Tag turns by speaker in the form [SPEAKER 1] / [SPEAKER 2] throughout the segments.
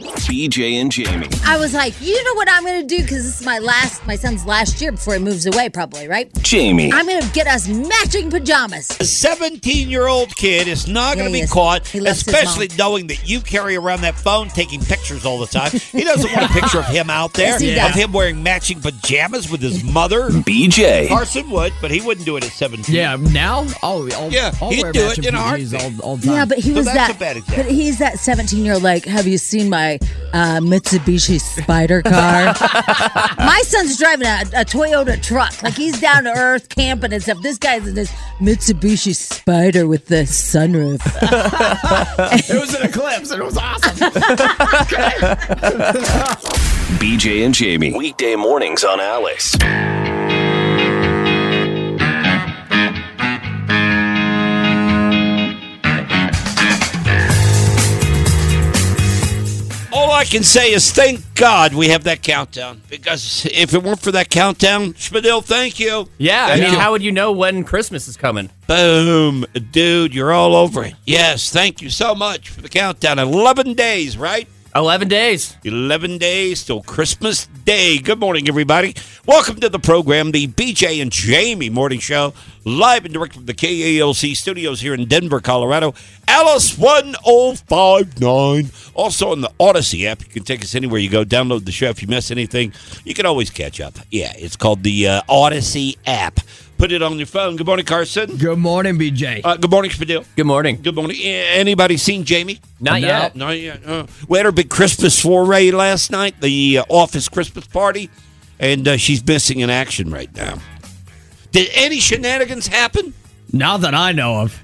[SPEAKER 1] BJ and Jamie.
[SPEAKER 2] I was like, you know what I'm gonna do because this is my last, my son's last year before he moves away, probably, right?
[SPEAKER 1] Jamie.
[SPEAKER 2] I'm gonna get us matching pajamas.
[SPEAKER 3] A 17 year old kid is not
[SPEAKER 2] Yeah,
[SPEAKER 3] going to
[SPEAKER 2] he
[SPEAKER 3] be
[SPEAKER 2] is.
[SPEAKER 3] caught,
[SPEAKER 2] He loves his
[SPEAKER 3] especially
[SPEAKER 2] mom.
[SPEAKER 3] knowing that you carry around that phone taking pictures all the time. He doesn't want a picture of him out there,
[SPEAKER 2] Yes, he
[SPEAKER 3] of
[SPEAKER 2] does.
[SPEAKER 3] him wearing matching pajamas with his mother.
[SPEAKER 1] BJ.
[SPEAKER 3] Carson would, but he wouldn't do it at 17.
[SPEAKER 4] Yeah, now? Oh, I'll,
[SPEAKER 3] Yeah,
[SPEAKER 4] I'll
[SPEAKER 3] he'd
[SPEAKER 4] wear
[SPEAKER 3] do it
[SPEAKER 4] matching
[SPEAKER 3] in a
[SPEAKER 4] PJs
[SPEAKER 3] heartbeat.
[SPEAKER 4] all, all the time.
[SPEAKER 2] Yeah, but he
[SPEAKER 3] So
[SPEAKER 2] was
[SPEAKER 3] that's
[SPEAKER 2] that.
[SPEAKER 3] a bad example.
[SPEAKER 2] But he's that 17 year old. Like, have you seen my uh, Mitsubishi Spider car? my son's driving a, a Toyota truck. Like he's down to earth camping and stuff. This guy's in this Mitsubishi Spider with the sunroof.
[SPEAKER 4] it was an eclipse and it was awesome.
[SPEAKER 1] BJ and Jamie. Weekday mornings on Alice.
[SPEAKER 3] All I can say is thank God we have that countdown because if it weren't for that countdown, Spadil, thank you.
[SPEAKER 5] Yeah, I
[SPEAKER 3] Thank
[SPEAKER 5] mean,
[SPEAKER 3] you.
[SPEAKER 5] how would you know when Christmas is coming?
[SPEAKER 3] Boom, dude, you're all over it. Yes, thank you so much for the countdown. 11 days, right?
[SPEAKER 5] 11 days.
[SPEAKER 3] 11 days till Christmas Day. Good morning, everybody. Welcome to the program, the BJ and Jamie Morning Show, live and direct from the KALC studios here in Denver, Colorado. Alice 1059. Also on the Odyssey app. You can take us anywhere you go. Download the show. If you miss anything, you can always catch up. Yeah, it's called the uh, Odyssey app. Put it on your phone. Good morning, Carson.
[SPEAKER 4] Good morning, BJ.
[SPEAKER 3] Uh, good morning, Spadil.
[SPEAKER 5] Good morning.
[SPEAKER 3] Good morning. Eh, Anybody seen Jamie?
[SPEAKER 5] Not
[SPEAKER 3] No,
[SPEAKER 5] yet.
[SPEAKER 3] Not yet. Uh, we had her big Christmas foray last night, the uh, office Christmas party, and uh, she's missing in action right now. Did any shenanigans happen?
[SPEAKER 4] Not that I know of.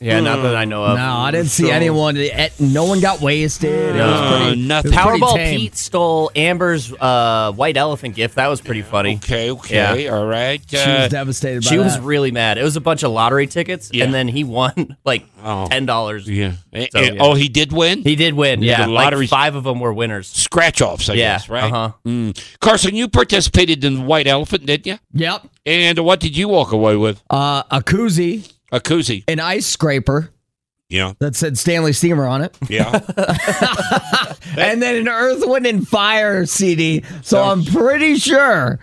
[SPEAKER 5] Yeah, not that I know
[SPEAKER 3] uh,
[SPEAKER 5] of.
[SPEAKER 4] No, I didn't see anyone. eh, No one got wasted. It was
[SPEAKER 3] Uh,
[SPEAKER 4] pretty,
[SPEAKER 3] nothing.
[SPEAKER 4] it was pretty
[SPEAKER 5] Powerball
[SPEAKER 4] tame.
[SPEAKER 5] Pete stole Amber's uh, white elephant gift. That was pretty funny.
[SPEAKER 3] Okay, okay, all right.
[SPEAKER 4] She
[SPEAKER 3] Uh,
[SPEAKER 4] was devastated by
[SPEAKER 5] She
[SPEAKER 4] that.
[SPEAKER 5] was really mad. It was a bunch of lottery tickets,
[SPEAKER 3] Yeah.
[SPEAKER 5] and then he won like
[SPEAKER 3] Oh.
[SPEAKER 5] ten dollars.
[SPEAKER 3] yeah. Eh,
[SPEAKER 5] So,
[SPEAKER 3] eh,
[SPEAKER 5] yeah.
[SPEAKER 3] Oh, he did win?
[SPEAKER 5] He did win.
[SPEAKER 3] Yeah,
[SPEAKER 5] Yeah,
[SPEAKER 3] the lottery-
[SPEAKER 5] like five of them were winners.
[SPEAKER 3] Scratch offs, I
[SPEAKER 5] Yeah,
[SPEAKER 3] guess, right?
[SPEAKER 5] uh-huh.
[SPEAKER 3] Mm. Carson, you participated in the White Elephant, didn't you?
[SPEAKER 4] Yep.
[SPEAKER 3] And what did you walk away with?
[SPEAKER 4] Uh, a koozie,
[SPEAKER 3] A koozie.
[SPEAKER 4] an ice scraper
[SPEAKER 3] Yeah.
[SPEAKER 4] that said Stanley Steamer on it,
[SPEAKER 3] Yeah.
[SPEAKER 4] and then an Earth, Wind, and Fire CD. So I'm pretty sure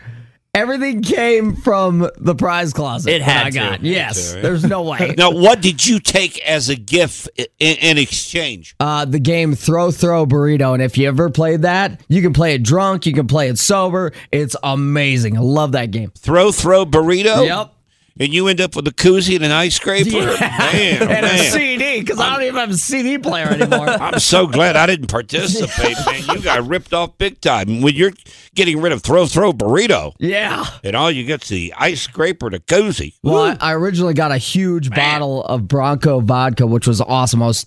[SPEAKER 4] everything came from the prize closet.
[SPEAKER 5] It
[SPEAKER 4] that
[SPEAKER 5] had
[SPEAKER 4] I
[SPEAKER 5] to.
[SPEAKER 4] got.
[SPEAKER 5] It
[SPEAKER 4] Yes. There's no way.
[SPEAKER 3] now, what did you take as a gift in, in exchange?
[SPEAKER 4] uh, the game Throw Throw Burrito. And if you ever played that, you can play it drunk, you can play it sober. It's amazing. I love that game.
[SPEAKER 3] throw throw burrito.
[SPEAKER 4] Yep.
[SPEAKER 3] And you end up with a koozie and an ice scraper. Man, oh,
[SPEAKER 4] and a
[SPEAKER 3] man.
[SPEAKER 4] CD, because I don't even have a CD player anymore.
[SPEAKER 3] I'm so glad I didn't participate, man. You got ripped off big time. When you're getting rid of throw throw burrito
[SPEAKER 4] yeah.
[SPEAKER 3] and all you get's the ice scraper and a koozie.
[SPEAKER 4] Well, I, I originally got a huge bottle of Bronco vodka, which was awesome. I was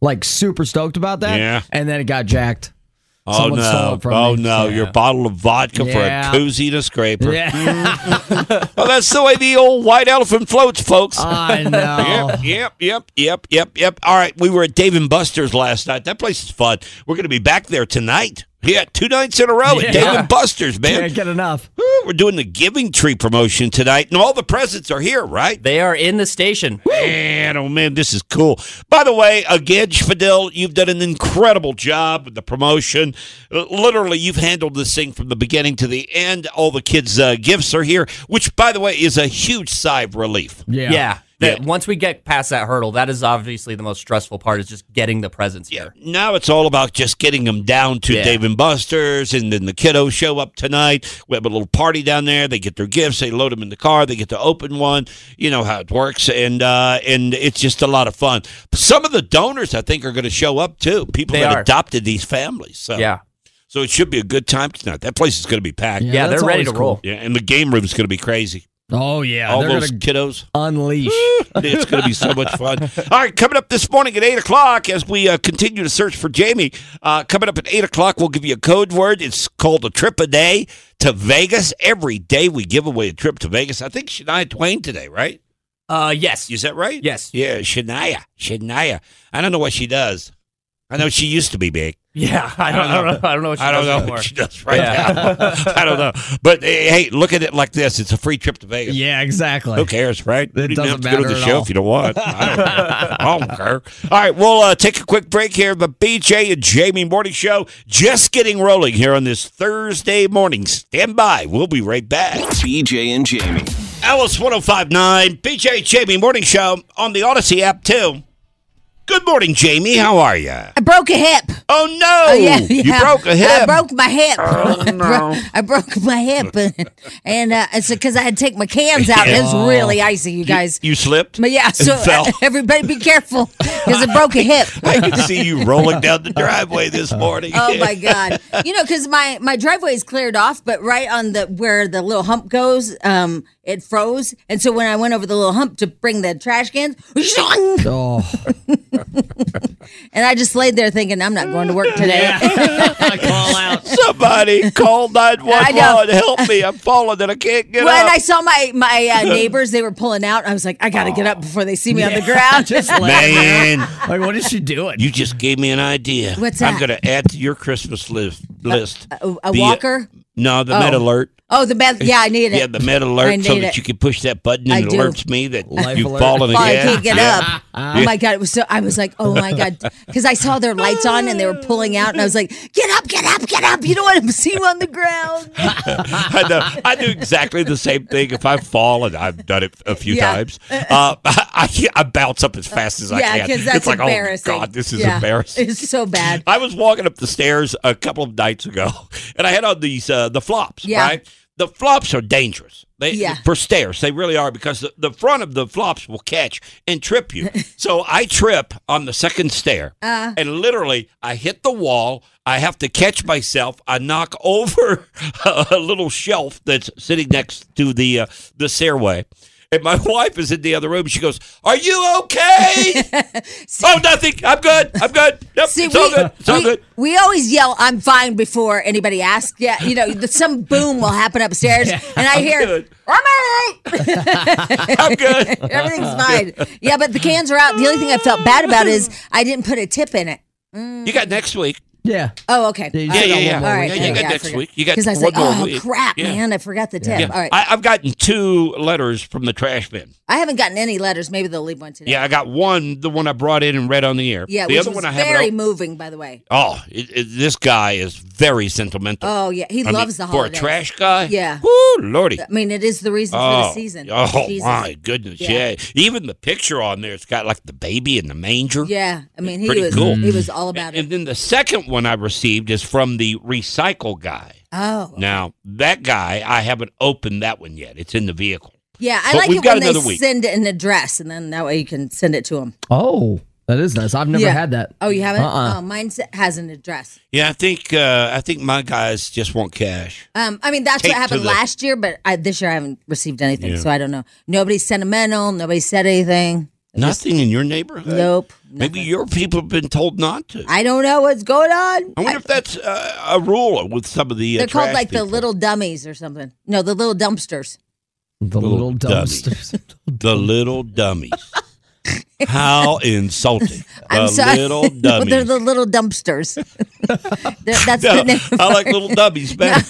[SPEAKER 4] like super stoked about that.
[SPEAKER 3] Yeah.
[SPEAKER 4] And then it got jacked.
[SPEAKER 3] Oh
[SPEAKER 4] Someone stole
[SPEAKER 3] no!
[SPEAKER 4] it from
[SPEAKER 3] Oh
[SPEAKER 4] me.
[SPEAKER 3] no! Your bottle of vodka
[SPEAKER 4] Yeah.
[SPEAKER 3] for a koozie and a scraper.
[SPEAKER 4] Yeah.
[SPEAKER 3] Well, that's the way the old white elephant floats, folks.
[SPEAKER 4] I know.
[SPEAKER 3] Yep, yep, yep, yep, yep, yep. All right, we were at Dave and Buster's last night. That place is fun. We're going to be back there tonight. Yeah, two nights in a row at Dave
[SPEAKER 4] Yeah.
[SPEAKER 3] and Buster's, man.
[SPEAKER 4] Can't get enough.
[SPEAKER 3] Woo, We're doing the Giving Tree promotion tonight, and all the presents are here, right?
[SPEAKER 5] They are in the station.
[SPEAKER 3] Man, oh man, this is cool. By the way, again, Fidel, you've done an incredible job with the promotion. Uh, Literally, you've handled this thing from the beginning to the end. All the kids' uh, gifts are here, which, by the way, is a huge sigh of relief.
[SPEAKER 4] Yeah.
[SPEAKER 5] Yeah. That
[SPEAKER 3] Yeah.
[SPEAKER 5] once we get past that hurdle, that is obviously the most stressful part is just getting the presents here.
[SPEAKER 3] Now it's all about just getting them down to
[SPEAKER 5] Yeah.
[SPEAKER 3] Dave and Buster's, and then the kiddos show up tonight. We have a little party down there. They get their gifts. They load them in the car. They get to open one. You know how it works, and uh, and it's just a lot of fun. Some of the donors, I think, are going to show up too. People
[SPEAKER 5] They
[SPEAKER 3] that
[SPEAKER 5] are.
[SPEAKER 3] adopted these families. So,
[SPEAKER 5] Yeah.
[SPEAKER 3] So it should be a good time tonight. That place is going to be packed.
[SPEAKER 5] Yeah,
[SPEAKER 4] that's
[SPEAKER 5] they're ready
[SPEAKER 4] always
[SPEAKER 5] to
[SPEAKER 4] cool.
[SPEAKER 5] roll.
[SPEAKER 3] Yeah, and the game room is going to be crazy.
[SPEAKER 4] Oh yeah,
[SPEAKER 3] All
[SPEAKER 4] they're
[SPEAKER 3] those
[SPEAKER 4] gonna
[SPEAKER 3] kiddos.
[SPEAKER 4] unleash.
[SPEAKER 3] It's going to be so much fun. All right, coming up this morning at 8 o'clock as we uh, continue to search for Jamie. Uh, coming up at 8 o'clock, we'll give you a code word. It's called a trip a day to Vegas. Every day we give away a trip to Vegas. I think Shania Twain today, right?
[SPEAKER 5] Uh, yes.
[SPEAKER 3] Is that right?
[SPEAKER 5] Yes.
[SPEAKER 3] Yeah, Shania. Shania. I don't know what she does. I know she used to be big.
[SPEAKER 5] Yeah. I don't, I don't know. I don't know what she
[SPEAKER 3] I don't
[SPEAKER 5] does
[SPEAKER 3] know
[SPEAKER 5] anymore.
[SPEAKER 3] what she does right
[SPEAKER 5] Yeah.
[SPEAKER 3] now. I don't know. But eh, hey, look at it like this it's a free trip to Vegas.
[SPEAKER 4] yeah, exactly.
[SPEAKER 3] Who cares, right?
[SPEAKER 4] It
[SPEAKER 3] you don't have to go
[SPEAKER 4] doesn't
[SPEAKER 3] to the
[SPEAKER 4] matter at
[SPEAKER 3] show
[SPEAKER 4] all.
[SPEAKER 3] if you don't want. I don't, I don't care. All right, we'll uh, take a quick break here. The BJ and Jamie Morning Show just getting rolling here on this Thursday morning. Stand by. We'll be right back.
[SPEAKER 1] BJ and Jamie.
[SPEAKER 3] Alice 1059, BJ and Jamie Morning Show on the Odyssey app, too. Good morning, Jamie. How are you?
[SPEAKER 2] I broke a hip.
[SPEAKER 3] Oh, no.
[SPEAKER 2] Oh, yeah,
[SPEAKER 3] You
[SPEAKER 2] yeah.
[SPEAKER 3] broke a hip.
[SPEAKER 2] I broke my hip. I, bro- I broke my hip, and, and uh, it's because I had to take my cans out. It was really icy, you guys.
[SPEAKER 3] You slipped?
[SPEAKER 2] but yeah, so
[SPEAKER 3] and fell.
[SPEAKER 2] everybody be careful because I broke a hip.
[SPEAKER 3] I can see you rolling down the driveway this morning.
[SPEAKER 2] Oh my god! You know, because my my driveway is cleared off, but right on the where the little hump goes, um, it froze, and so when I went over the little hump to bring the trash cans, and
[SPEAKER 4] Oh,
[SPEAKER 2] I just laid there thinking, I'm not going to work today.
[SPEAKER 4] call out.
[SPEAKER 3] Somebody call
[SPEAKER 2] I
[SPEAKER 3] 911. Help me. I'm falling and I can't get
[SPEAKER 2] When
[SPEAKER 3] up.
[SPEAKER 2] I saw my my uh, neighbors, they were pulling out. I was like, I gotta get up before they see me on the ground.
[SPEAKER 4] Just like,
[SPEAKER 3] Man,
[SPEAKER 4] like, what is she doing?
[SPEAKER 3] you just gave me an idea.
[SPEAKER 2] What's
[SPEAKER 3] I'm
[SPEAKER 2] that?
[SPEAKER 3] going to add to your Christmas list. list.
[SPEAKER 2] a- a
[SPEAKER 3] The, uh,
[SPEAKER 2] walker?
[SPEAKER 3] no, the med alert.
[SPEAKER 2] Oh, the bed. Yeah, I need it.
[SPEAKER 3] Yeah, the med
[SPEAKER 2] I
[SPEAKER 3] alert so
[SPEAKER 2] need
[SPEAKER 3] that
[SPEAKER 2] it.
[SPEAKER 3] you can push that button
[SPEAKER 2] I
[SPEAKER 3] and it
[SPEAKER 2] do.
[SPEAKER 3] alerts me that
[SPEAKER 4] Life
[SPEAKER 3] you've
[SPEAKER 4] alert.
[SPEAKER 3] fallen
[SPEAKER 2] Oh, I
[SPEAKER 3] again.
[SPEAKER 2] can't get
[SPEAKER 3] Yeah.
[SPEAKER 2] up. Oh my god, it was so. I was like, oh my god, because I saw their lights on and they were pulling out, and I was like, get up, get up, get up. You don't want to see you on the ground.
[SPEAKER 3] I know. I do exactly the same thing. If I fall, and I've done it a few
[SPEAKER 2] Yeah.
[SPEAKER 3] times, uh, I, I bounce up as fast as I
[SPEAKER 2] yeah,
[SPEAKER 3] can.
[SPEAKER 2] because that's
[SPEAKER 3] it's like,
[SPEAKER 2] embarrassing.
[SPEAKER 3] oh, God, this is
[SPEAKER 2] Yeah.
[SPEAKER 3] embarrassing.
[SPEAKER 2] It's so bad.
[SPEAKER 3] I was walking up the stairs a couple of nights ago, and I had on these uh, the flops.
[SPEAKER 2] Yeah.
[SPEAKER 3] Right, the flops are dangerous. They,
[SPEAKER 2] Yeah.
[SPEAKER 3] For stairs, they really are because the, the front of the flops will catch and trip you. so I trip on the second stair,
[SPEAKER 2] Uh.
[SPEAKER 3] and literally I hit the wall. I have to catch myself. I knock over a little shelf that's sitting next to the uh, the stairway. And my wife is in the other room. She goes, "Are you okay?" oh, nothing. I'm good. I'm good. Yep,
[SPEAKER 2] See,
[SPEAKER 3] it's all
[SPEAKER 2] we,
[SPEAKER 3] good. It's all
[SPEAKER 2] we,
[SPEAKER 3] good.
[SPEAKER 2] we always yell, I'm fine, before anybody asks. Yeah, you know, the- some boom will happen upstairs, and I hear,
[SPEAKER 3] good.
[SPEAKER 2] I'm all right.
[SPEAKER 3] I'm good.
[SPEAKER 2] Everything's fine. Yeah, but the cans are out. The only thing I felt bad about is I didn't put a tip in it.
[SPEAKER 3] You got next week.
[SPEAKER 4] Yeah.
[SPEAKER 2] Oh, okay.
[SPEAKER 4] Yeah,
[SPEAKER 2] I
[SPEAKER 4] yeah,
[SPEAKER 2] got
[SPEAKER 4] yeah, yeah.
[SPEAKER 2] one more
[SPEAKER 4] Yeah,
[SPEAKER 2] week.
[SPEAKER 4] you
[SPEAKER 2] Okay,
[SPEAKER 4] got
[SPEAKER 2] yeah, I
[SPEAKER 3] next
[SPEAKER 2] forgot.
[SPEAKER 3] week. You got
[SPEAKER 2] Because I was
[SPEAKER 3] one
[SPEAKER 2] like,
[SPEAKER 3] more
[SPEAKER 2] oh
[SPEAKER 3] week."
[SPEAKER 2] crap,
[SPEAKER 3] Yeah.
[SPEAKER 2] man, I forgot the tip.
[SPEAKER 3] Yeah.
[SPEAKER 2] All right, I,
[SPEAKER 3] I, I've gotten two letters from the trash bin.
[SPEAKER 2] haven't gotten any letters. Maybe they'll leave one today.
[SPEAKER 3] Yeah, I got one, the one I brought in and read on the air.
[SPEAKER 2] yeah.
[SPEAKER 3] the
[SPEAKER 2] which
[SPEAKER 3] other
[SPEAKER 2] was
[SPEAKER 3] one I have.
[SPEAKER 2] very
[SPEAKER 3] it on-
[SPEAKER 2] moving, by the way.
[SPEAKER 3] oh, it, it, this guy is very sentimental.
[SPEAKER 2] Oh yeah, he
[SPEAKER 3] Uh, I mean,
[SPEAKER 2] loves the
[SPEAKER 3] for a
[SPEAKER 2] holidays.
[SPEAKER 3] trash guy.
[SPEAKER 2] Yeah.
[SPEAKER 3] Woo, lordy.
[SPEAKER 2] I mean, it is the reason for
[SPEAKER 3] Oh,
[SPEAKER 2] the season.
[SPEAKER 3] oh
[SPEAKER 2] Jesus.
[SPEAKER 3] my goodness! Yeah.
[SPEAKER 2] Yeah.
[SPEAKER 3] even the picture on there, it's got like the baby in the manger.
[SPEAKER 2] Yeah, I mean, he
[SPEAKER 3] Pretty
[SPEAKER 2] was
[SPEAKER 3] cool.
[SPEAKER 2] he was all about
[SPEAKER 3] And
[SPEAKER 2] it.
[SPEAKER 3] then the second one I received is from the recycle guy.
[SPEAKER 2] Oh
[SPEAKER 3] Now that guy, I haven't opened that one yet. It's in the vehicle.
[SPEAKER 2] yeah, I
[SPEAKER 3] But
[SPEAKER 2] like
[SPEAKER 3] we've
[SPEAKER 2] it
[SPEAKER 3] got
[SPEAKER 2] when they
[SPEAKER 3] another week.
[SPEAKER 2] send an address, and then that way you can send it to him.
[SPEAKER 4] Oh, that is nice. I've never
[SPEAKER 2] Yeah.
[SPEAKER 4] had that.
[SPEAKER 2] Oh, you haven't?
[SPEAKER 4] Uh-uh.
[SPEAKER 2] Oh, mine s- has an address.
[SPEAKER 3] Yeah, I think uh, I think my guys just want cash.
[SPEAKER 2] Um, I mean, that's
[SPEAKER 3] Take
[SPEAKER 2] what
[SPEAKER 3] to
[SPEAKER 2] happened
[SPEAKER 3] the-
[SPEAKER 2] last year, but I, this year I haven't received anything, so I don't know. Nobody's sentimental. Nobody said anything.
[SPEAKER 3] Nothing in your neighborhood.
[SPEAKER 2] Nope.
[SPEAKER 3] Maybe
[SPEAKER 2] nothing.
[SPEAKER 3] your people have been told not to. I,
[SPEAKER 2] I don't know what's going on.
[SPEAKER 3] wonder
[SPEAKER 2] I-
[SPEAKER 3] if that's uh, a rule with some of the. Uh,
[SPEAKER 2] they're called
[SPEAKER 3] trash
[SPEAKER 2] like
[SPEAKER 3] people.
[SPEAKER 2] the little dummies or something. No, the little dumpsters.
[SPEAKER 4] The
[SPEAKER 3] Little
[SPEAKER 4] little dumpsters.
[SPEAKER 3] the little dummies. How insulting!
[SPEAKER 2] I'm
[SPEAKER 3] the
[SPEAKER 2] sorry.
[SPEAKER 3] little
[SPEAKER 2] No,
[SPEAKER 3] dummies.
[SPEAKER 2] they're the little dumpsters. They're- that's
[SPEAKER 3] Yeah,
[SPEAKER 2] the name.
[SPEAKER 3] I like little dummies, man.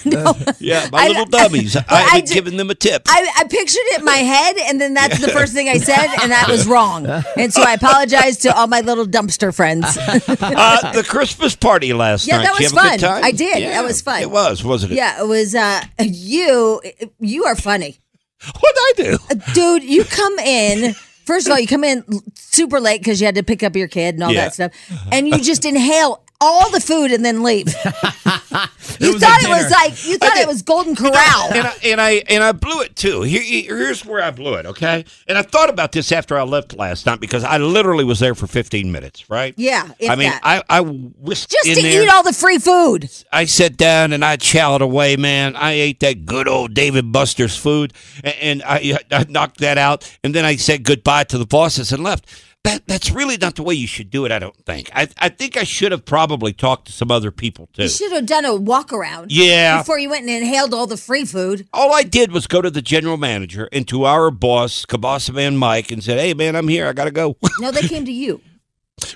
[SPEAKER 3] Yeah, my
[SPEAKER 2] I
[SPEAKER 3] little
[SPEAKER 2] don't-
[SPEAKER 3] dummies. I,
[SPEAKER 2] I
[SPEAKER 3] haven't
[SPEAKER 2] ju-
[SPEAKER 3] given them a tip.
[SPEAKER 2] I, I pictured it in my head, and then that's the first thing I said, and that was wrong. And so I apologize to all my little dumpster friends.
[SPEAKER 3] uh, the Christmas party last
[SPEAKER 2] Yeah,
[SPEAKER 3] night.
[SPEAKER 2] that
[SPEAKER 3] Did you
[SPEAKER 2] was
[SPEAKER 3] have a good
[SPEAKER 2] fun.
[SPEAKER 3] time?
[SPEAKER 2] I did. That was fun.
[SPEAKER 3] It was, wasn't it?
[SPEAKER 2] yeah, it was uh, you. You are funny.
[SPEAKER 3] What would I do?
[SPEAKER 2] dude you come in First of all, you come in l- super late because you had to pick up your kid and all
[SPEAKER 3] Yeah.
[SPEAKER 2] that stuff, and you just inhale all the food and then leave. you
[SPEAKER 4] was
[SPEAKER 2] thought
[SPEAKER 4] a
[SPEAKER 2] it was
[SPEAKER 4] dinner.
[SPEAKER 2] like you thought it was Golden Corral.
[SPEAKER 3] and I and I and I blew it too. Here, here's where I blew it. Okay, and I thought about this after I left last night because I literally was there for 15 minutes. Right?
[SPEAKER 2] Yeah, if
[SPEAKER 3] I mean,
[SPEAKER 2] that.
[SPEAKER 3] I I whisked
[SPEAKER 2] just
[SPEAKER 3] in
[SPEAKER 2] to
[SPEAKER 3] there.
[SPEAKER 2] eat all the free food.
[SPEAKER 3] I sat down and I chowed away, man. I ate that good old David Buster's food, and, and I, I knocked that out. And then I said goodbye to the bosses and left. That that's really not the way you should do it. I don't think. I I think I should have probably talked to some other people too.
[SPEAKER 2] You should have done a walk around.
[SPEAKER 3] Yeah.
[SPEAKER 2] Before you went and inhaled all the free food.
[SPEAKER 3] All I did was go to the general manager and to our boss, Kabasa Man Mike, and said, "Hey, man, I'm here. I gotta go."
[SPEAKER 2] No, they came to you.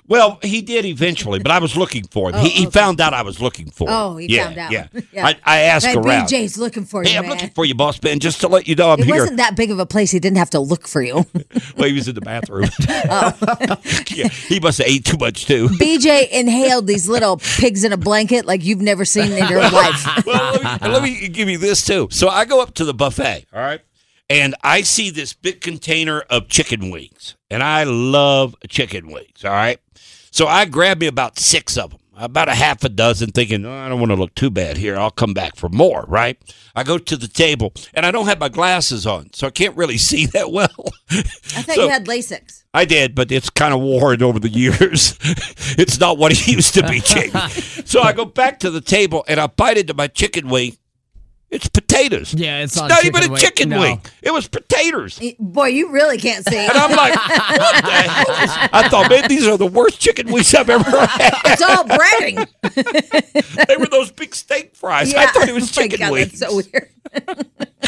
[SPEAKER 3] well, he did eventually, but I was looking for him.
[SPEAKER 2] Oh,
[SPEAKER 3] he, he
[SPEAKER 2] okay.
[SPEAKER 3] found out I was looking for him.
[SPEAKER 2] Oh, he
[SPEAKER 3] Yeah,
[SPEAKER 2] found out.
[SPEAKER 3] Yeah,
[SPEAKER 2] Yeah.
[SPEAKER 3] I, I asked
[SPEAKER 2] That
[SPEAKER 3] around.
[SPEAKER 2] BJ's looking for you,
[SPEAKER 3] Hey, I'm
[SPEAKER 2] man.
[SPEAKER 3] looking for you, boss man. Just to let you know, I'm
[SPEAKER 2] it
[SPEAKER 3] here.
[SPEAKER 2] wasn't that big of a place. He didn't have to look for you.
[SPEAKER 3] well, he was in the bathroom.
[SPEAKER 2] Oh.
[SPEAKER 3] yeah, he must have ate too much too.
[SPEAKER 2] BJ inhaled these little pigs in a blanket like you've never seen in your life.
[SPEAKER 3] well, let me, let me give you this too. So I go up to the buffet, all right, and I see this big container of chicken wings, and I love chicken wings, all right. So I grab me about six of them, about a half a dozen, thinking oh, I don't want to look too bad here. I'll come back for more, right? I go to the table, and I don't have my glasses on, so I can't really see that well.
[SPEAKER 2] I thought
[SPEAKER 3] So-
[SPEAKER 2] you had LASIX.
[SPEAKER 3] I did, but it's kind of worn over the years. it's not what it used to be, Jamie. so I go back to the table and I bite into my chicken wing. It's potatoes.
[SPEAKER 4] Yeah, it's not
[SPEAKER 3] not
[SPEAKER 4] chicken
[SPEAKER 3] even a
[SPEAKER 4] wing.
[SPEAKER 3] chicken
[SPEAKER 4] No.
[SPEAKER 3] wing. It was potatoes.
[SPEAKER 2] Y- Boy, you really can't see.
[SPEAKER 3] And I'm like, what the hell? is- I thought, man, these are the worst chicken wings I've ever had.
[SPEAKER 2] It's all breading.
[SPEAKER 3] They were those big steak fries. I thought it was
[SPEAKER 2] Oh my
[SPEAKER 3] chicken
[SPEAKER 2] God,
[SPEAKER 3] wings.
[SPEAKER 2] That's so weird.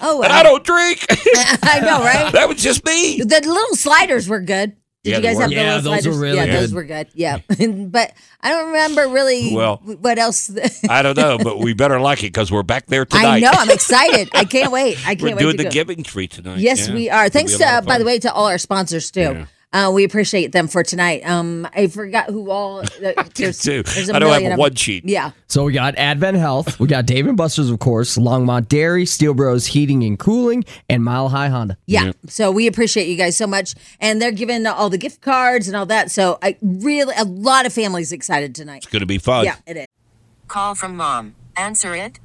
[SPEAKER 2] oh, well.
[SPEAKER 3] and I don't drink.
[SPEAKER 2] I know, right?
[SPEAKER 3] that was just me.
[SPEAKER 2] The little sliders were good. Did
[SPEAKER 3] Yeah,
[SPEAKER 2] you
[SPEAKER 3] they
[SPEAKER 2] guys
[SPEAKER 3] were.
[SPEAKER 2] have the
[SPEAKER 4] Yeah,
[SPEAKER 2] little
[SPEAKER 4] those were
[SPEAKER 2] sliders?
[SPEAKER 4] really
[SPEAKER 2] yeah, those
[SPEAKER 4] good.
[SPEAKER 2] were good. Yeah, but I don't remember really
[SPEAKER 3] Well,
[SPEAKER 2] w- what else.
[SPEAKER 3] I don't know, but we better like it because we're back there tonight.
[SPEAKER 2] I know. I'm excited. I can't wait. I can't
[SPEAKER 3] We're
[SPEAKER 2] wait
[SPEAKER 3] doing
[SPEAKER 2] to
[SPEAKER 3] the
[SPEAKER 2] go.
[SPEAKER 3] giving tree tonight.
[SPEAKER 2] Yes,
[SPEAKER 3] Yeah.
[SPEAKER 2] we are.
[SPEAKER 3] It'll be
[SPEAKER 2] Thanks
[SPEAKER 3] a
[SPEAKER 2] to,
[SPEAKER 3] lot of
[SPEAKER 2] by
[SPEAKER 3] fun.
[SPEAKER 2] the way, to all our sponsors too. Uh, we appreciate them for tonight. Um, I forgot who all. There's,
[SPEAKER 3] too.
[SPEAKER 2] there's a
[SPEAKER 3] I don't have
[SPEAKER 2] million
[SPEAKER 3] a
[SPEAKER 2] of them.
[SPEAKER 3] one sheet.
[SPEAKER 2] Yeah,
[SPEAKER 4] So we got Advent Health, we got Dave and Buster's, of course, Longmont Dairy, Steel Bros Heating and Cooling, and Mile High Honda.
[SPEAKER 2] yeah. So we appreciate you guys so much, and they're giving all the gift cards and all that. So I really a lot of families excited tonight.
[SPEAKER 3] It's going to be fun.
[SPEAKER 2] Yeah, it is.
[SPEAKER 6] Call from mom. Answer it.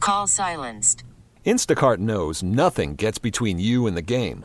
[SPEAKER 6] Call silenced.
[SPEAKER 7] Instacart knows nothing gets between you and the game.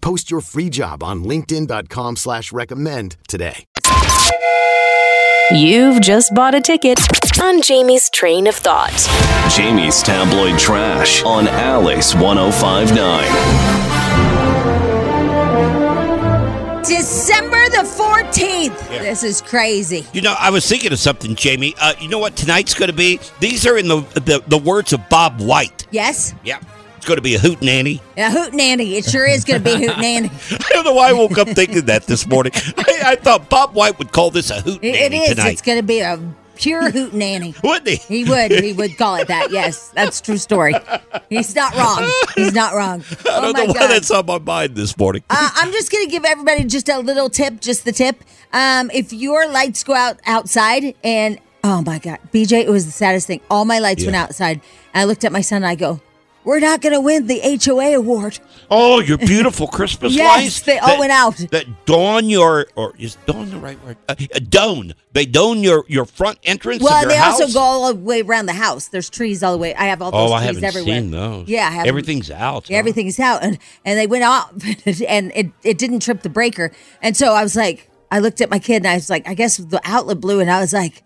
[SPEAKER 8] Post your free job on linkedin.com/recommend slash recommend today.
[SPEAKER 9] You've just bought a ticket on Jamie's train of thought.
[SPEAKER 1] Jamie's tabloid trash on Alice 1059.
[SPEAKER 2] December the fourteenth. This is crazy.
[SPEAKER 3] You know, I was thinking of something, Jamie. Uh, you know what tonight's going to be? These are in the, the the words of Bob White.
[SPEAKER 2] Yes,
[SPEAKER 3] Yeah, it's going to be a hoot nanny.
[SPEAKER 2] a hoot nanny. It sure is going to be hoot nanny.
[SPEAKER 3] I don't know why I woke up thinking that this morning. I, I thought Bob White would call this a hoot
[SPEAKER 2] It, it
[SPEAKER 3] nanny
[SPEAKER 2] is.
[SPEAKER 3] tonight,
[SPEAKER 2] It's going to be a pure hoot nanny.
[SPEAKER 3] wouldn't he?
[SPEAKER 2] He would. He would call it that. Yes, that's true story. He's not wrong. He's not wrong.
[SPEAKER 3] I
[SPEAKER 2] oh
[SPEAKER 3] don't
[SPEAKER 2] my
[SPEAKER 3] know why
[SPEAKER 2] God.
[SPEAKER 3] that's on my mind this morning.
[SPEAKER 2] uh, I'm just gonna give everybody just a little tip, just the tip. Um, if your lights go out outside and Oh my God. BJ, it was the saddest thing. All my lights went outside. I looked at my son and I go, We're not going to win the HOA award.
[SPEAKER 3] Oh, your beautiful Christmas
[SPEAKER 2] Yes,
[SPEAKER 3] lights.
[SPEAKER 2] they all
[SPEAKER 3] that-
[SPEAKER 2] went out.
[SPEAKER 3] That dawn your, or is dawn the right word? Uh, uh, dome. They done your, your front entrance
[SPEAKER 2] well,
[SPEAKER 3] of your
[SPEAKER 2] they
[SPEAKER 3] house.
[SPEAKER 2] also go all the way around the house. There's trees all the way. I have all
[SPEAKER 3] oh,
[SPEAKER 2] those
[SPEAKER 3] I
[SPEAKER 2] trees
[SPEAKER 3] haven't
[SPEAKER 2] everywhere.
[SPEAKER 3] seen those.
[SPEAKER 2] Yeah, I haven't.
[SPEAKER 3] Everything's out. huh?
[SPEAKER 2] Everything's out. And, and they went off and it, it didn't trip the breaker. And so I was like, I looked at my kid and I was like, I guess the outlet blew. And I was like,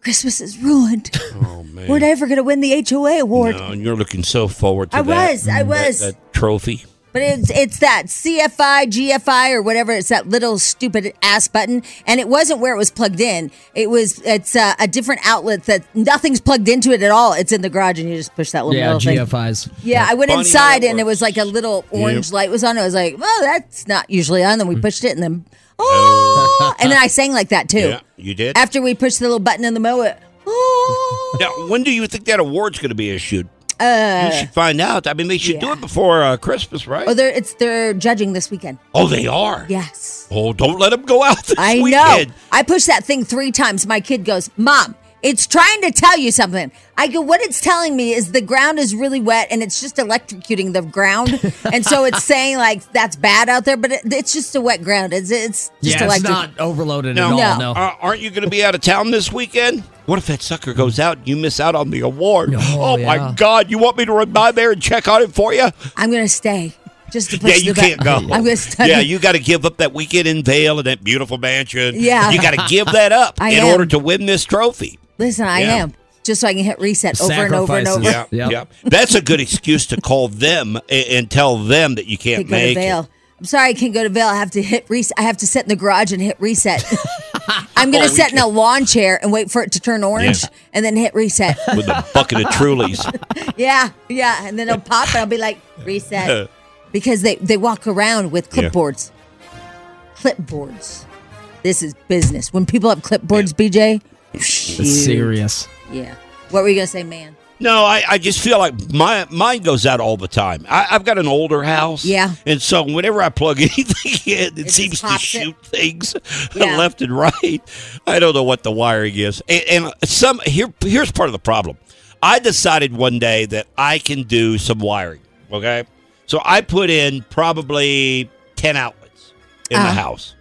[SPEAKER 2] Christmas is ruined.
[SPEAKER 3] Oh, man.
[SPEAKER 2] We're never going to win the HOA award.
[SPEAKER 3] No, and you're looking so forward to
[SPEAKER 2] I
[SPEAKER 3] that. mm,
[SPEAKER 2] was, I
[SPEAKER 3] That-
[SPEAKER 2] was.
[SPEAKER 3] That, trophy.
[SPEAKER 2] But it's it's that CFI, GFI, or whatever. It's that little stupid ass button, and it wasn't where it was plugged in. It was it's a, a different outlet that nothing's plugged into it at all. It's in the garage, and you just push that little,
[SPEAKER 4] Yeah,
[SPEAKER 2] little thing.
[SPEAKER 4] GFIs.
[SPEAKER 2] Yeah, I went
[SPEAKER 3] Funny how
[SPEAKER 2] inside
[SPEAKER 3] that
[SPEAKER 2] and it was like a little orange
[SPEAKER 3] Yep. Hmm.
[SPEAKER 2] light was on. I was like, "Well, that's not usually on." Then we pushed it, and then oh, and then I sang like that too.
[SPEAKER 3] Yeah, you did.
[SPEAKER 2] After we pushed the little button in the mower, oh,
[SPEAKER 3] Now, when do you think that award's going to be issued? Uh, you should find out. I mean, they should do it before uh, Christmas, right?
[SPEAKER 2] oh, they're it's they're judging this weekend.
[SPEAKER 3] oh, they are.
[SPEAKER 2] Yes.
[SPEAKER 3] Oh, don't let them go out this
[SPEAKER 2] I
[SPEAKER 3] weekend.
[SPEAKER 2] know. I pushed that thing three times. My kid goes, Mom, it's trying to tell you something. I go, What it's telling me is the ground is really wet and it's just electrocuting the ground. and so it's saying, like, that's bad out there, but it, it's just a wet ground. It's, it's just
[SPEAKER 4] yeah, it's
[SPEAKER 2] electric.
[SPEAKER 4] not overloaded
[SPEAKER 3] No.
[SPEAKER 4] at all.
[SPEAKER 2] No.
[SPEAKER 4] No.
[SPEAKER 3] Uh, aren't you going to be out of town this weekend? What if that sucker goes out and you miss out on the award?
[SPEAKER 4] No,
[SPEAKER 3] oh,
[SPEAKER 4] yeah.
[SPEAKER 3] my God. You want me to run by there and check on it for you?
[SPEAKER 2] I'm going to stay just to push
[SPEAKER 3] Yeah, you
[SPEAKER 2] the
[SPEAKER 3] can't go.
[SPEAKER 2] button. I'm going to stay.
[SPEAKER 3] Yeah, you got to give up that weekend in Vail and that beautiful mansion.
[SPEAKER 2] Yeah.
[SPEAKER 3] You got to give that up
[SPEAKER 2] I
[SPEAKER 3] in
[SPEAKER 2] am.
[SPEAKER 3] order to win this trophy.
[SPEAKER 2] Listen, I
[SPEAKER 3] Yeah.
[SPEAKER 2] am. Just so I can hit reset over and over and over.
[SPEAKER 4] Sacrifices.
[SPEAKER 3] Yeah,
[SPEAKER 4] Yeah. Yep.
[SPEAKER 3] yeah. That's a good excuse to call them and, and tell them that you can't
[SPEAKER 2] Can't go to
[SPEAKER 3] make it.
[SPEAKER 2] Vail. I'm sorry, I can't go to Vail. I have to hit reset. I have to sit in the garage and hit reset. I'm going
[SPEAKER 3] Oh,
[SPEAKER 2] to
[SPEAKER 3] we
[SPEAKER 2] sit in a
[SPEAKER 3] can-
[SPEAKER 2] lawn chair and wait for it to turn orange
[SPEAKER 3] Yeah.
[SPEAKER 2] and then hit reset.
[SPEAKER 3] with a bucket of Trulies.
[SPEAKER 2] Yeah, yeah, and then it'll pop, and I'll be like, reset, because they they walk around with
[SPEAKER 3] Yeah.
[SPEAKER 2] clipboards. Clipboards. This is business. When people have clipboards, BJ, shoot.
[SPEAKER 4] It's serious.
[SPEAKER 2] Yeah. What were you gonna say, man?
[SPEAKER 3] No, I, I just feel like my mine goes out all the time. I, I've got an older house,
[SPEAKER 2] Yeah.
[SPEAKER 3] and so whenever I plug anything in, it,
[SPEAKER 2] just
[SPEAKER 3] seems to
[SPEAKER 2] pops it.
[SPEAKER 3] shoot things
[SPEAKER 2] Yeah.
[SPEAKER 3] left and right. I don't know what the wiring is, and, and some here here's part of the problem. I decided one day that I can do some wiring. Okay, so I put in probably ten outlets in the
[SPEAKER 2] Uh-huh.
[SPEAKER 3] house.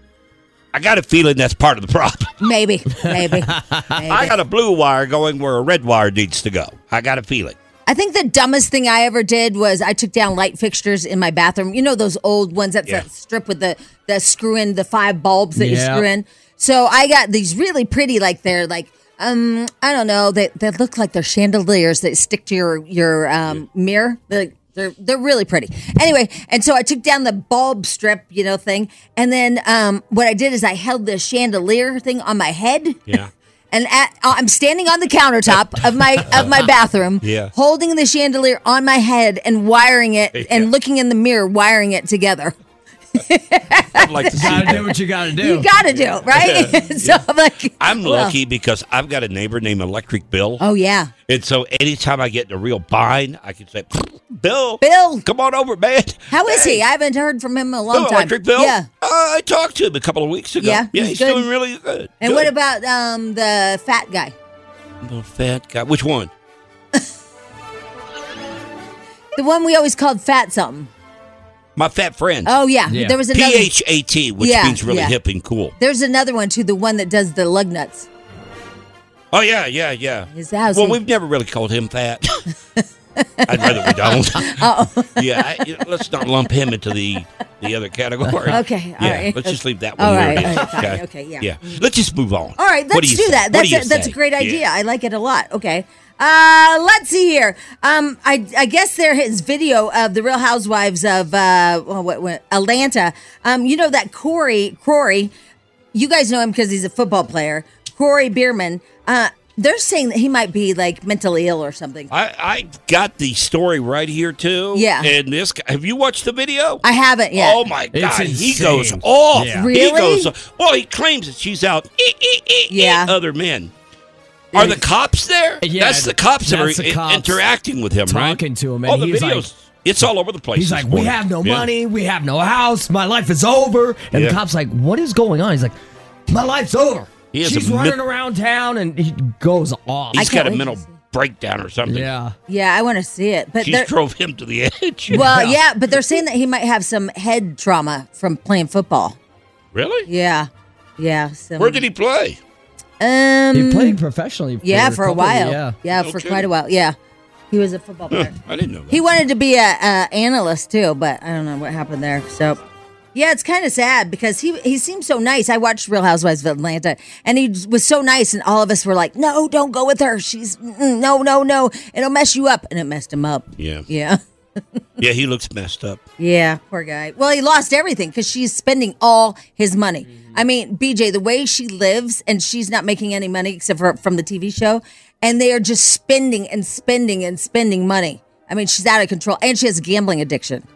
[SPEAKER 3] I got a feeling that's part of the problem.
[SPEAKER 2] Maybe, maybe. maybe.
[SPEAKER 3] I got a blue wire going where a red wire needs to go. I got a feeling.
[SPEAKER 2] I think the dumbest thing I ever did was I took down light fixtures in my bathroom. You know those old ones that's
[SPEAKER 3] Yeah.
[SPEAKER 2] that strip with the the screw in the five bulbs that you
[SPEAKER 4] Yeah.
[SPEAKER 2] screw in. So I got these really pretty, like they're like um I don't know they they look like they're chandeliers that stick to your your um mirror. They're, they're they're really pretty. Anyway, and so I took down the bulb strip, you know, thing, and then um what I did is I held the chandelier thing on my head.
[SPEAKER 3] Yeah.
[SPEAKER 2] And at, uh, I'm standing on the countertop of my of my bathroom,
[SPEAKER 3] Yeah.
[SPEAKER 2] holding the chandelier on my head and wiring it, and looking in the mirror, wiring it together.
[SPEAKER 3] I'd like to see
[SPEAKER 4] Gotta
[SPEAKER 3] that.
[SPEAKER 4] do what you gotta do.
[SPEAKER 2] You got to do it, right? so I'm like,
[SPEAKER 3] I'm
[SPEAKER 2] well,
[SPEAKER 3] lucky because I've got a neighbor named Electric Bill.
[SPEAKER 2] Oh yeah,
[SPEAKER 3] And so anytime I get in a real bind, I can say, Bill,
[SPEAKER 2] Bill.
[SPEAKER 3] come on over, man.
[SPEAKER 2] How is he? I haven't heard from him in a long
[SPEAKER 3] Hello,
[SPEAKER 2] time.
[SPEAKER 3] Oh, Electric Bill.
[SPEAKER 2] Yeah.
[SPEAKER 3] Uh, I talked to him a couple of weeks ago.
[SPEAKER 2] Yeah,
[SPEAKER 3] yeah he's,
[SPEAKER 2] he's good.
[SPEAKER 3] doing really good.
[SPEAKER 2] And
[SPEAKER 3] Good.
[SPEAKER 2] what about um the fat guy,
[SPEAKER 3] Little fat guy? Which one?
[SPEAKER 2] the one we always called fat something?
[SPEAKER 3] My fat friend.
[SPEAKER 2] Oh yeah,
[SPEAKER 4] Yeah.
[SPEAKER 2] there was another.
[SPEAKER 3] P H A T, which
[SPEAKER 2] Yeah,
[SPEAKER 3] means really
[SPEAKER 2] yeah.
[SPEAKER 3] hip and cool.
[SPEAKER 2] There's another one too. The one that does the lug nuts.
[SPEAKER 3] Oh, yeah, yeah, yeah.
[SPEAKER 2] His house.
[SPEAKER 3] Well, we've never really called him fat. I'd rather we don't.
[SPEAKER 2] Oh,
[SPEAKER 3] yeah, I, let's not lump him into the the other category.
[SPEAKER 2] Okay, all
[SPEAKER 3] yeah,
[SPEAKER 2] right.
[SPEAKER 3] Let's just leave that one
[SPEAKER 2] All
[SPEAKER 3] where
[SPEAKER 2] right,
[SPEAKER 3] it is.
[SPEAKER 2] all right, fine, okay, yeah.
[SPEAKER 3] Let's just move on.
[SPEAKER 2] All right,
[SPEAKER 3] What
[SPEAKER 2] let's
[SPEAKER 3] you
[SPEAKER 2] do
[SPEAKER 3] say?
[SPEAKER 2] that.
[SPEAKER 3] What
[SPEAKER 2] That's
[SPEAKER 3] do you
[SPEAKER 2] a, that's a
[SPEAKER 3] say?
[SPEAKER 2] great
[SPEAKER 3] Yeah.
[SPEAKER 2] idea. I like it a lot. Okay. Uh, let's see here. Um, I, I guess there is video of the Real Housewives of uh, well, what, what, Atlanta. Um, you know that Corey Corey, you guys know him because he's a football player. Corey Bierman. Uh, they're saying that he might be like mentally ill or something.
[SPEAKER 3] I, I got the story right here too.
[SPEAKER 2] Yeah.
[SPEAKER 3] And this guy, have you watched the video?
[SPEAKER 2] I haven't yet.
[SPEAKER 3] Oh my god, he
[SPEAKER 4] insane.
[SPEAKER 3] goes off.
[SPEAKER 4] Yeah.
[SPEAKER 3] He
[SPEAKER 2] Really?
[SPEAKER 3] goes off. Well, he claims that she's out ee, ee, ee, ee,
[SPEAKER 2] Yeah.
[SPEAKER 3] other men. Are the cops there?
[SPEAKER 4] Yeah,
[SPEAKER 3] that's the cops that
[SPEAKER 4] that's
[SPEAKER 3] are
[SPEAKER 4] the
[SPEAKER 3] in-
[SPEAKER 4] cops
[SPEAKER 3] interacting with him, right?
[SPEAKER 4] talking to him,
[SPEAKER 3] Oh,
[SPEAKER 4] and
[SPEAKER 3] the
[SPEAKER 4] he's like-
[SPEAKER 3] videos. it's all over the place.
[SPEAKER 4] He's
[SPEAKER 3] this
[SPEAKER 4] like, we
[SPEAKER 3] morning."
[SPEAKER 4] have no
[SPEAKER 3] Yeah.
[SPEAKER 4] money, we have no house, my life is over. And
[SPEAKER 3] Yeah.
[SPEAKER 4] the cop's like, what is going on? He's like, my life's over.
[SPEAKER 3] He has
[SPEAKER 4] She's
[SPEAKER 3] a
[SPEAKER 4] running
[SPEAKER 3] men-
[SPEAKER 4] around town and he goes off.
[SPEAKER 3] He's got a mental breakdown or something.
[SPEAKER 4] Yeah.
[SPEAKER 2] Yeah, I want to see it. But
[SPEAKER 3] She
[SPEAKER 2] they're-
[SPEAKER 3] drove him to the edge.
[SPEAKER 2] well, yeah, but they're saying that he might have some head trauma from playing football.
[SPEAKER 3] Really?
[SPEAKER 2] Yeah, yeah. So,
[SPEAKER 3] Where did he play?
[SPEAKER 2] Um,
[SPEAKER 4] he played professionally.
[SPEAKER 2] yeah, for a
[SPEAKER 4] couple-
[SPEAKER 2] while.
[SPEAKER 4] Yeah.
[SPEAKER 2] yeah,
[SPEAKER 3] No
[SPEAKER 2] for
[SPEAKER 3] kidding.
[SPEAKER 2] quite a while. Yeah, he was a football
[SPEAKER 3] Huh,
[SPEAKER 2] player.
[SPEAKER 3] I didn't know that.
[SPEAKER 2] He wanted to be a, a analyst too, but I don't know what happened there. So, yeah, it's kind of sad because he he seemed so nice. I watched Real Housewives of Atlanta, and he was so nice, and all of us were like, "No, don't go with her. She's mm, no, no, no. It'll mess you up," and it messed him up.
[SPEAKER 3] yeah.
[SPEAKER 2] Yeah,
[SPEAKER 3] Yeah, he looks messed up.
[SPEAKER 2] yeah, poor guy. Well, he lost everything because she's spending all his money. I mean, BJ, the way she lives, and she's not making any money except for from the TV show, and they are just spending and spending and spending money. I mean, she's out of control, and she has a gambling addiction.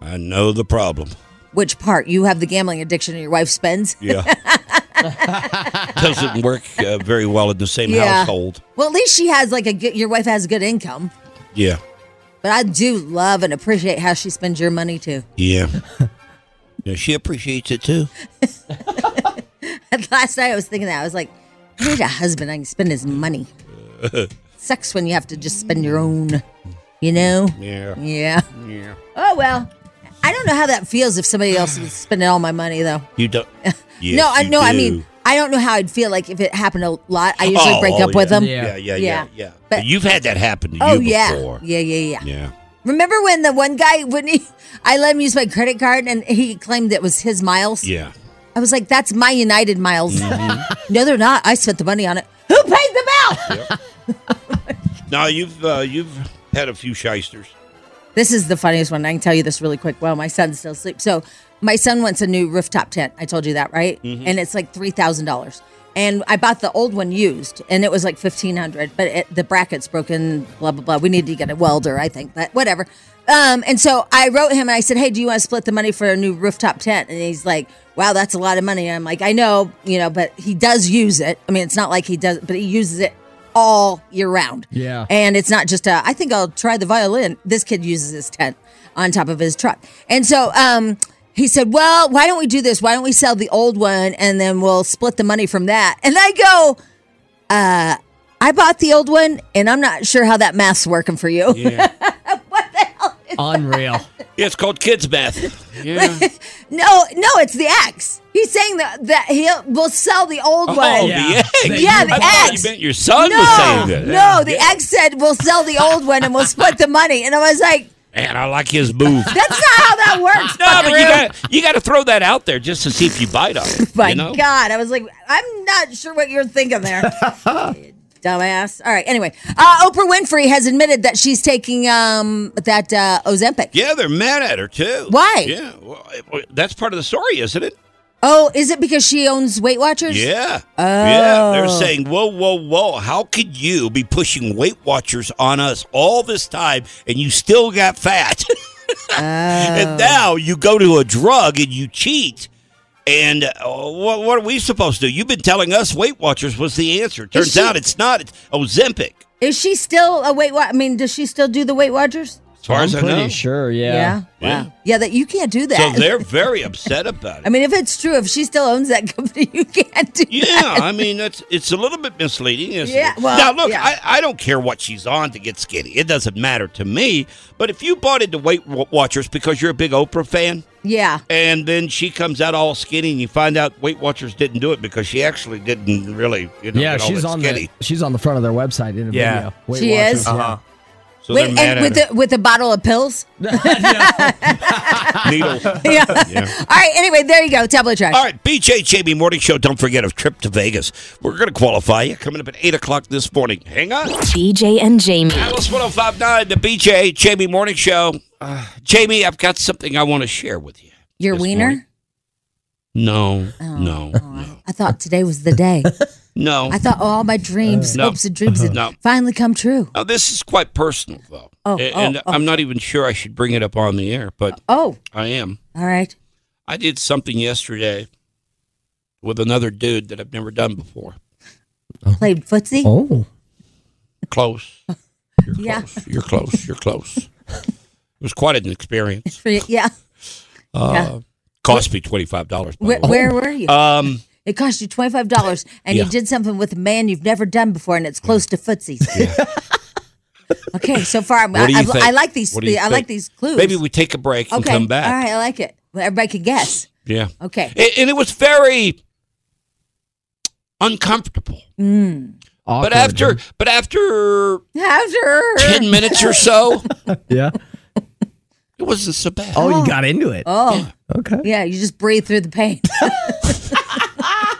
[SPEAKER 3] I know the problem.
[SPEAKER 2] Which part? You have the gambling addiction and your wife spends?
[SPEAKER 3] Yeah. Doesn't work uh, very well in the same
[SPEAKER 2] Yeah.
[SPEAKER 3] household.
[SPEAKER 2] Well, at least she has like a good, your wife has a good income.
[SPEAKER 3] Yeah.
[SPEAKER 2] But I do love and appreciate how she spends your money too.
[SPEAKER 3] Yeah. yeah. She appreciates it too.
[SPEAKER 2] And last night I was thinking that. I was like, I need a husband I can spend his money. Sucks when you have to just spend your own, you know?
[SPEAKER 3] Yeah.
[SPEAKER 2] Yeah.
[SPEAKER 3] Yeah.
[SPEAKER 2] Oh, well. I don't know how that feels if somebody else is spending all my money though.
[SPEAKER 3] You don't. Yes,
[SPEAKER 2] no, I
[SPEAKER 3] you
[SPEAKER 2] no, I
[SPEAKER 3] do.
[SPEAKER 2] mean, I don't know how I'd feel like if it happened a lot. I usually
[SPEAKER 3] Oh,
[SPEAKER 2] break
[SPEAKER 3] oh,
[SPEAKER 2] up with
[SPEAKER 3] yeah.
[SPEAKER 2] them.
[SPEAKER 3] Yeah. Yeah. Yeah.
[SPEAKER 2] Yeah.
[SPEAKER 3] Yeah.
[SPEAKER 2] But-
[SPEAKER 3] You've had that happen to
[SPEAKER 2] Oh
[SPEAKER 3] you
[SPEAKER 2] yeah.
[SPEAKER 3] before.
[SPEAKER 2] yeah, yeah, yeah.
[SPEAKER 3] Yeah.
[SPEAKER 2] Remember when the one guy when he I let him use my credit card and he claimed it was his miles?
[SPEAKER 3] Yeah. Mm-hmm.
[SPEAKER 2] I was like, that's my United miles. no, they're not. I spent the money on it. Who paid the bill?
[SPEAKER 3] No, you've uh, you've had a few shysters.
[SPEAKER 2] This is the funniest one. I can tell you this really quick. Well, my son's still asleep. So my son wants a new rooftop tent. I told you that, right? And it's like three thousand dollars. And I bought the old one used, and it was like fifteen hundred. But it, the brackets broken. Blah blah blah. We need to get a welder, I think, but whatever. Um, and so I wrote him and I said, "Hey, do you want to split the money for a new rooftop tent?" And he's like, "Wow, that's a lot of money." And I'm like, "I know, you know, but he does use it. I mean, it's not like he does, but he uses it all year round.
[SPEAKER 4] Yeah.
[SPEAKER 2] And it's not just a, I think I'll try the violin. This kid uses his tent on top of his truck. And so um, he said, Well, why don't we do this? Why don't we sell the old one and then we'll split the money from that? And I go, uh, I bought the old one and I'm not sure how that math's working for you.
[SPEAKER 3] Yeah.
[SPEAKER 4] Unreal.
[SPEAKER 3] it's called kids' math. Yeah.
[SPEAKER 2] no, no, it's the X. He's saying that, that he'll we'll sell the old
[SPEAKER 3] Oh,
[SPEAKER 2] one.
[SPEAKER 3] the egg.
[SPEAKER 2] Yeah, the
[SPEAKER 3] I thought
[SPEAKER 2] eggs.
[SPEAKER 3] you meant your son was
[SPEAKER 2] No,
[SPEAKER 3] saying that.
[SPEAKER 2] no, the ex said we'll sell the old one and we'll split the money. And I was like,
[SPEAKER 3] Man, I like his move.
[SPEAKER 2] That's not how that works.
[SPEAKER 3] No, but you
[SPEAKER 2] Buckaroo.
[SPEAKER 3] got you got to throw that out there just to see if you bite on it.
[SPEAKER 2] My
[SPEAKER 3] you know?
[SPEAKER 2] God, I was like, I'm not sure what you're thinking there, dumbass. All right, anyway, uh, Oprah Winfrey has admitted that she's taking um that uh, Ozempic.
[SPEAKER 3] Yeah, they're mad at her too.
[SPEAKER 2] Why?
[SPEAKER 3] Yeah, well, it- that's part of the story, isn't it?
[SPEAKER 2] Oh, is it because she owns Weight Watchers?
[SPEAKER 3] Yeah. Yeah, they're
[SPEAKER 2] Oh.
[SPEAKER 3] saying, whoa, whoa, whoa, how could you be pushing Weight Watchers on us all this time and you still got fat? and now you go to a drug and you cheat. And uh, what, what are we supposed to do? You've been telling us Weight Watchers was the answer. Turns
[SPEAKER 2] she-
[SPEAKER 3] out it's not. It's Ozempic.
[SPEAKER 2] Is she still a Weight Watch? I mean, does she still do the Weight Watchers?
[SPEAKER 3] As far as I
[SPEAKER 4] I'm pretty
[SPEAKER 3] know.
[SPEAKER 4] sure.
[SPEAKER 2] Yeah.
[SPEAKER 4] Yeah.
[SPEAKER 3] Yeah.
[SPEAKER 2] Wow. Yeah, that you can't do that.
[SPEAKER 3] So they're very upset about it.
[SPEAKER 2] I mean, if it's true, if she still owns that company, you can't do
[SPEAKER 3] Yeah, I mean that's it's a little bit misleading, isn't
[SPEAKER 2] Yeah,
[SPEAKER 3] it?
[SPEAKER 2] well,
[SPEAKER 3] now look,
[SPEAKER 2] yeah.
[SPEAKER 3] I, I don't care what she's on to get skinny. It doesn't matter to me. But if you bought into Weight Wa- Watchers because you're a big Oprah fan,
[SPEAKER 2] Yeah.
[SPEAKER 3] and then she comes out all skinny, and you find out Weight Watchers didn't do it because she actually didn't really, you know,
[SPEAKER 4] Yeah,
[SPEAKER 3] get all
[SPEAKER 4] she's
[SPEAKER 3] that
[SPEAKER 4] on
[SPEAKER 3] skinny.
[SPEAKER 4] the she's on the front of their website in a
[SPEAKER 5] Yeah.
[SPEAKER 4] video. Weight
[SPEAKER 2] She
[SPEAKER 4] Watchers,
[SPEAKER 2] is? Uh-huh.
[SPEAKER 4] yeah.
[SPEAKER 3] so
[SPEAKER 2] Wait,
[SPEAKER 3] they're mad
[SPEAKER 2] and
[SPEAKER 3] at
[SPEAKER 2] with
[SPEAKER 3] her.
[SPEAKER 2] the with a bottle of pills.
[SPEAKER 3] needle.
[SPEAKER 2] Yeah. All right. Anyway, there you go. Tablet trash.
[SPEAKER 3] All right, BJ JB Morning Show. Don't forget a trip to Vegas. We're going to qualify you coming up at eight o'clock this morning. Hang on. oh
[SPEAKER 9] BJ and Jamie.
[SPEAKER 3] Alice 1059, the BJ, Jamie Morning Show. Uh, Jamie, I've got something I want to share with you.
[SPEAKER 2] Your
[SPEAKER 3] this
[SPEAKER 2] wiener.
[SPEAKER 3] morning. No, no,
[SPEAKER 2] Oh. I thought today was the day.
[SPEAKER 3] no,
[SPEAKER 2] I thought all my dreams,
[SPEAKER 3] No.
[SPEAKER 2] hopes, and dreams had
[SPEAKER 3] No.
[SPEAKER 2] finally come true.
[SPEAKER 3] no. This is quite personal, though.
[SPEAKER 2] Oh,
[SPEAKER 3] A-
[SPEAKER 2] oh,
[SPEAKER 3] and
[SPEAKER 2] oh.
[SPEAKER 3] I'm not even sure I should bring it up on the air, but
[SPEAKER 2] Oh,
[SPEAKER 3] I am.
[SPEAKER 2] all right.
[SPEAKER 3] I did something yesterday with another dude that I've never done before.
[SPEAKER 2] Played footsie.
[SPEAKER 4] Oh.
[SPEAKER 3] Close. You're
[SPEAKER 2] Yeah.
[SPEAKER 3] close. You're close. You're close. it was quite an experience.
[SPEAKER 2] For- Yeah.
[SPEAKER 3] Uh, Cost me $25. by the
[SPEAKER 2] Where,
[SPEAKER 3] way.
[SPEAKER 2] where were you?
[SPEAKER 3] Um,
[SPEAKER 2] It cost you twenty five dollars, and
[SPEAKER 3] Yeah.
[SPEAKER 2] you did something with a man you've never done before, and it's close to footsies. okay, so far I'm,
[SPEAKER 3] What do you
[SPEAKER 2] I,
[SPEAKER 3] think?
[SPEAKER 2] I, I like these.
[SPEAKER 3] What do you
[SPEAKER 2] I like
[SPEAKER 3] think?
[SPEAKER 2] these clues.
[SPEAKER 3] Maybe we take a break and
[SPEAKER 2] okay.
[SPEAKER 3] come back.
[SPEAKER 2] All right, I like it. Well, Everybody can guess.
[SPEAKER 3] Yeah.
[SPEAKER 2] Okay.
[SPEAKER 3] And, and it was very uncomfortable. but after but after
[SPEAKER 2] After
[SPEAKER 3] 10 minutes or so,
[SPEAKER 4] yeah.
[SPEAKER 3] it wasn't so bad.
[SPEAKER 4] Oh, you got into it.
[SPEAKER 2] Oh,
[SPEAKER 4] Okay.
[SPEAKER 2] yeah. You just breathe through the pain.